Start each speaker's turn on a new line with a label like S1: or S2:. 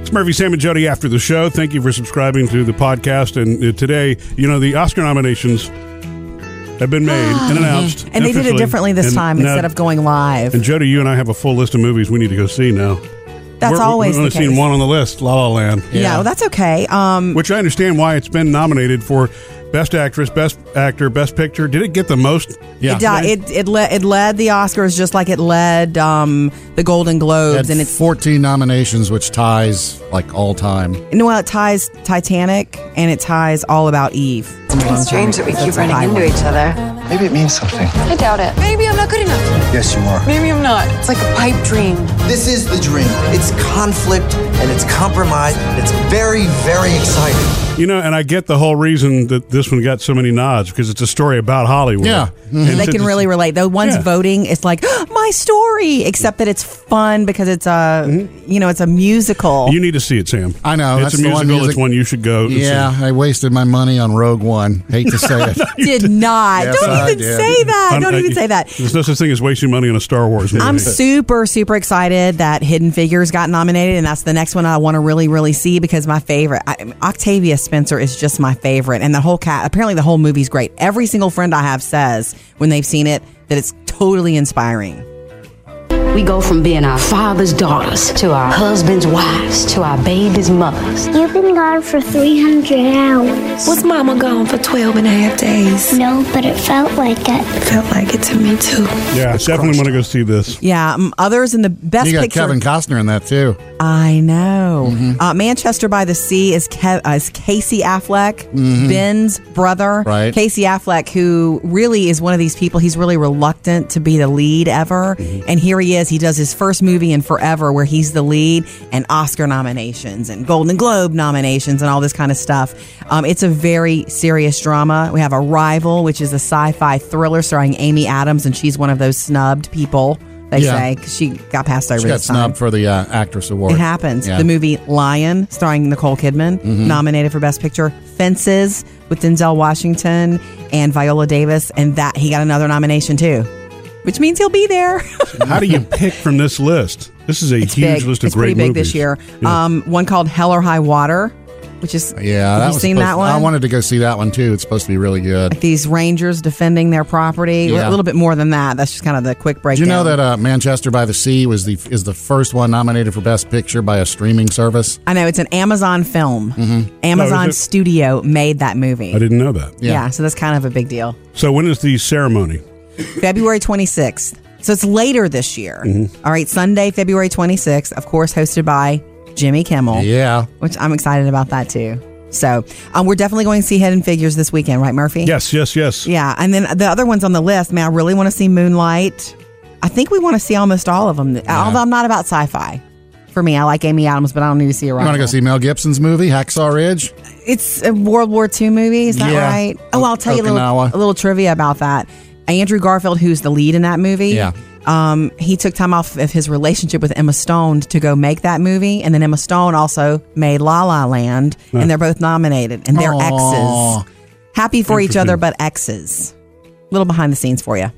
S1: It's Murphy, Sam, and Jody after the show. Thank you for subscribing to the podcast. And uh, today, you know, the Oscar nominations have been made and announced.
S2: Ah, mm-hmm. And they did it
S1: officially.
S2: differently this
S1: And
S2: time
S1: now-
S2: instead of going live.
S1: And Jody, you and I have a full list of movies we need to go see now.
S2: That's
S1: We're-
S2: always
S1: We've only
S2: the case.
S1: seen one on the list, La La Land.
S2: Yeah, well, that's okay. Um,
S1: Which I understand why it's been nominated for Best Actress, Best Actor, Best Picture. Did it get the most?
S3: Yeah.
S2: it, di- it it led it led the Oscars just like it led um, the Golden Globes,
S3: Had
S2: and it's
S3: 14 nominations, which ties like all time.
S2: no, well, it ties Titanic and it ties All About Eve.
S4: It's strange that we keep running into each other.
S5: Maybe it means something.
S4: I doubt it. Maybe I'm not good enough.
S5: Yes, you are.
S4: Maybe I'm not. It's like a pipe dream.
S6: This is the dream. It's conflict and it's compromise. It's very, very exciting.
S1: You know, and I get the whole reason that this one got so many nods because it's a story about Hollywood.
S3: Yeah.
S1: And
S2: They
S1: since
S2: can
S1: it's-
S2: really relate. The ones
S1: Yeah.
S2: voting, it's like my story, except that it's fun because it's a you know it's a musical.
S1: Mm-hmm. You need to see it, Sam.
S3: I know,
S1: It's
S3: that's
S1: a
S3: the
S1: musical.
S3: one music-
S1: It's one you should go. and see.
S3: Yeah, I wasted my money on Rogue One. Hate to say it.
S2: did not.
S3: Yes,
S2: Don't
S3: I
S2: even
S3: did.
S2: say that.
S1: I'm-
S2: Oh, Don't
S1: I-
S2: even say that.
S1: There's no such thing as wasting money on a Star Wars movie.
S2: I'm super, super excited that Hidden Figures got nominated, and that's the next one I want to really, really see because my favorite I, Octavia Spencer is just my favorite, and the whole cat. Apparently, the whole movie's great. Every single friend I have says when they've seen it that it's totally inspiring.
S7: We go from being our father's daughters to our husbands' wives to our babies' mothers.
S8: You've been gone for 300 hours.
S9: Was mama gone for 12 and a half days?
S8: No, but it felt like it.
S9: It felt like it to me too.
S1: yeah, I definitely want to go see this.
S2: Yeah, um, others in the best
S3: you got
S2: picture.
S3: Kevin Costner in that too.
S2: I know.
S3: Mm-hmm.
S2: Uh, Manchester by the Sea is, Ke- uh, is Casey Affleck, Ben's brother.
S3: Mm-hmm. Right.
S2: Casey Affleck, who really is one of these people, he's really reluctant to be the lead ever.
S3: Mm-hmm.
S2: And here he is. He does his first movie in forever where he's the lead and Oscar nominations and Golden Globe nominations and all this kind of stuff. Um, it's a very serious drama. We have Arrival, which is a sci fi thriller starring Amy Adams, and she's one of those snubbed people. They
S3: Yeah.
S2: say 'cause she got passed over.
S3: She got
S2: this time.
S3: snubbed for the uh, actress award.
S2: It happens.
S3: Yeah. Mm-hmm.
S2: The movie Lion, starring Nicole Kidman, nominated for Best Picture. Fences with Denzel Washington and Viola Davis, and that he got another nomination too, which means he'll be there.
S1: How do you pick from this list? This is a
S2: it's
S1: huge
S2: big.
S1: list of
S2: it's
S1: great
S2: pretty big
S1: movies.
S2: this year.
S1: Yeah.
S2: Um, one called Hell or High Water, which is
S3: Yeah,
S2: Have
S3: that
S2: you
S3: was
S2: seen
S3: supposed-
S2: that one?
S3: I wanted to go see that one too. It's supposed to be really good.
S2: these rangers defending their property.
S3: Yeah.
S2: A little bit more than that. That's just kind of the quick
S3: Did
S2: breakdown.
S3: you know that uh, Manchester by the Sea was the is the first one nominated for Best Picture by a streaming service?
S2: I know it's an Amazon film.
S3: Mm-hmm.
S1: Oh,
S2: Amazon
S1: is it?
S2: Studio made that movie.
S3: Oh,
S1: I didn't know that.
S2: yeah, so that's kind of a big deal.
S1: So when is the ceremony?
S2: February 26th. So it's later this year.
S3: Mm-hmm.
S2: All right, Sunday, February 26th, of course, hosted by Jimmy Kimmel,
S3: Yeah.
S2: which I'm excited about that too. So um, we're definitely going to see Head and Figures this weekend, right, Murphy?
S1: Yes, yes, yes.
S2: Yeah. And then the other ones on the list, man, I really want to see Moonlight. I think we want to see almost all of them, although I'm not about sci fi. For me, I like Amy Adams, but I don't need to see her.
S3: You want to go see Mel Gibson's movie Hacksaw Ridge?
S2: It's a World War II movie, is that
S3: Yeah.
S2: right? Oh, I'll tell you a little,
S3: Okinawa.
S2: a little trivia about that. Andrew Garfield, who's the lead in that movie,
S3: Yeah.
S2: um, he took time off of his relationship with Emma Stone to go make that movie, and then Emma Stone also made La La Land, and they're both nominated, and they're
S3: Aw.
S2: exes, happy for each other
S1: Interesting.
S2: but exes. Little behind the scenes for you.